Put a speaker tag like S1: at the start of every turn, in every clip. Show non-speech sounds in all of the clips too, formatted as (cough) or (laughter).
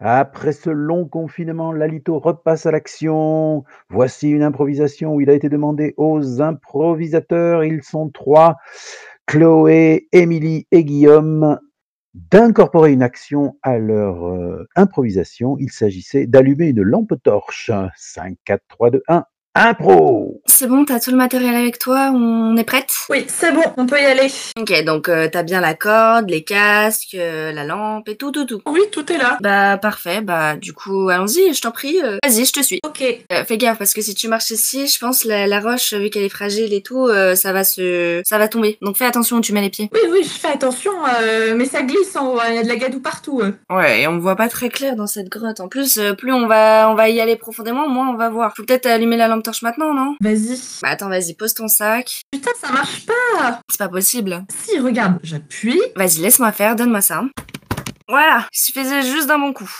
S1: Après ce long confinement, Lalito repasse à l'action. Voici une improvisation où il a été demandé aux improvisateurs, ils sont trois, Chloé, Émilie et Guillaume, d'incorporer une action à leur euh, improvisation. Il s'agissait d'allumer une lampe torche. 5, 4, 3, 2, 1, impro
S2: C'est bon, t'as tout le matériel avec toi, on est prête
S3: Oui, c'est bon, on peut y aller.
S2: Ok, donc euh, t'as bien la corde, les casques, euh, la lampe et tout, tout, tout.
S3: Oui, tout est là.
S2: Bah parfait, bah du coup allons-y, je t'en prie, euh, vas-y, je te suis.
S3: Ok.
S2: Euh, fais gaffe parce que si tu marches ici, je pense la, la roche, vu qu'elle est fragile et tout, euh, ça va se, ça va tomber. Donc fais attention où tu mets les pieds.
S3: Oui, oui, je fais attention, euh, mais ça glisse en haut, il y a de la gadoue partout. euh.
S2: Ouais, et on voit pas très clair dans cette grotte. En plus, euh, plus on va, on va y aller profondément, moins on va voir. Faut peut-être allumer la lampe torche maintenant, non
S3: Vas-y.
S2: Bah attends, vas-y, pose ton sac.
S3: Putain, ça marche pas.
S2: C'est pas possible.
S3: Si, regarde, j'appuie.
S2: Vas-y, laisse-moi faire, donne-moi ça. Voilà, il suffisait juste d'un bon coup.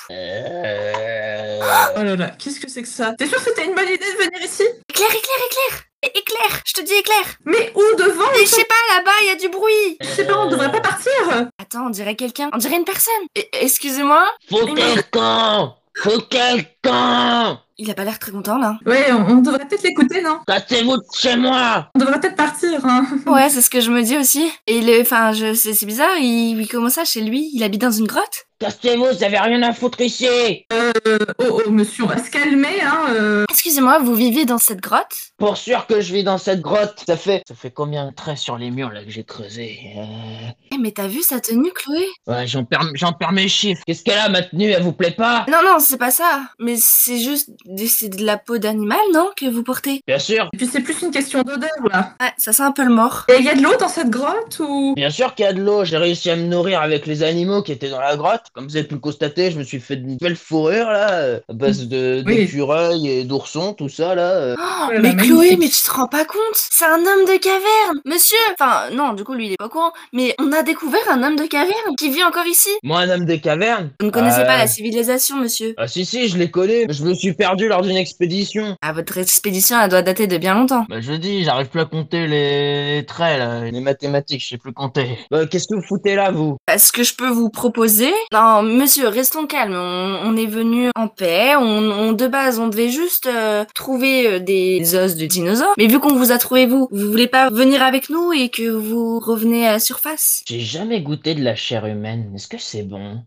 S3: Oh là là, qu'est-ce que c'est que ça T'es sûr que c'était une bonne idée de venir ici
S2: Éclair, éclair, éclair Mais Éclair Je te dis éclair
S3: Mais où devant
S2: Mais je sais pas, là-bas, il y a du bruit
S3: Je sais pas, on devrait pas partir.
S2: Attends, on dirait quelqu'un, on dirait une personne E- Excusez-moi
S4: Faut quelqu'un Faut quelqu'un
S2: Il a pas l'air très content,
S3: (laughs)
S2: là.
S3: Ouais, on, on devrait peut-être l'écouter, non
S4: Cassez-vous de chez moi
S3: On devrait peut-être partir. Hein.
S2: Ouais, c'est ce que je me dis aussi. Et il est... Enfin, je... c'est c'est bizarre, il... il commence à chez lui Il habite dans une grotte
S4: Cassez-vous, vous avez rien à foutre ici
S3: Euh, oh, oh, monsieur, on va se calmer. Hein, euh.
S2: Excusez-moi, vous vivez dans cette grotte
S4: Pour sûr que je vis dans cette grotte Ça fait... Ça fait combien de traits sur les murs, là, que j'ai creusé Euh,
S2: Eh, mais t'as vu sa tenue, Chloé
S4: Ouais, j'en perds, j'en perds mes chiffres Qu'est-ce qu'elle a, ma tenue Elle vous plaît pas
S2: Non, non, c'est pas ça. Mais c'est juste... C'est de la peau d'animal, non Que vous portez
S4: Bien sûr
S3: Et puis c'est plus une question d'odeur, là.
S2: Ouais, ça sent un peu le mort.
S3: Et il y a de l'eau dans cette grotte ou
S4: Bien sûr qu'il y a de l'eau, j'ai réussi à me nourrir avec les animaux qui étaient dans la grotte. Comme vous avez pu le constater, je me suis fait de nouvelles fourrures là, euh, à base de
S3: Oui.
S4: d'écureuils et d'oursons, tout ça là. euh.
S2: Oh,
S3: Ouais,
S2: mais
S3: bah,
S2: Chloé,
S3: magnifique.
S2: mais tu te rends pas compte C'est un homme de caverne Monsieur Enfin, non, du coup, lui, il est pas au courant. Mais on a découvert un homme de caverne qui vit encore ici.
S4: Moi, un homme des cavernes
S2: Vous ne connaissez
S4: Ah.
S2: pas la civilisation, monsieur.
S4: Ah si si, je l'ai connu, je me suis perdu lors d'une expédition.
S2: Ah, votre expédition, elle doit dater de bien longtemps.
S4: Bah je dis, j'arrive plus à compter les... les traits là, les mathématiques, je sais plus compter. Bah qu'est-ce que vous foutez là vous
S2: Est-ce que je peux vous proposer Non, monsieur, restons calmes. On, on est venu en paix. On, on- de base, on devait juste euh, trouver euh, des os de dinosaures. Mais vu qu'on vous a trouvé vous, vous voulez pas venir avec nous et que vous revenez à la surface
S4: J'ai jamais goûté de la chair humaine, est-ce que c'est bon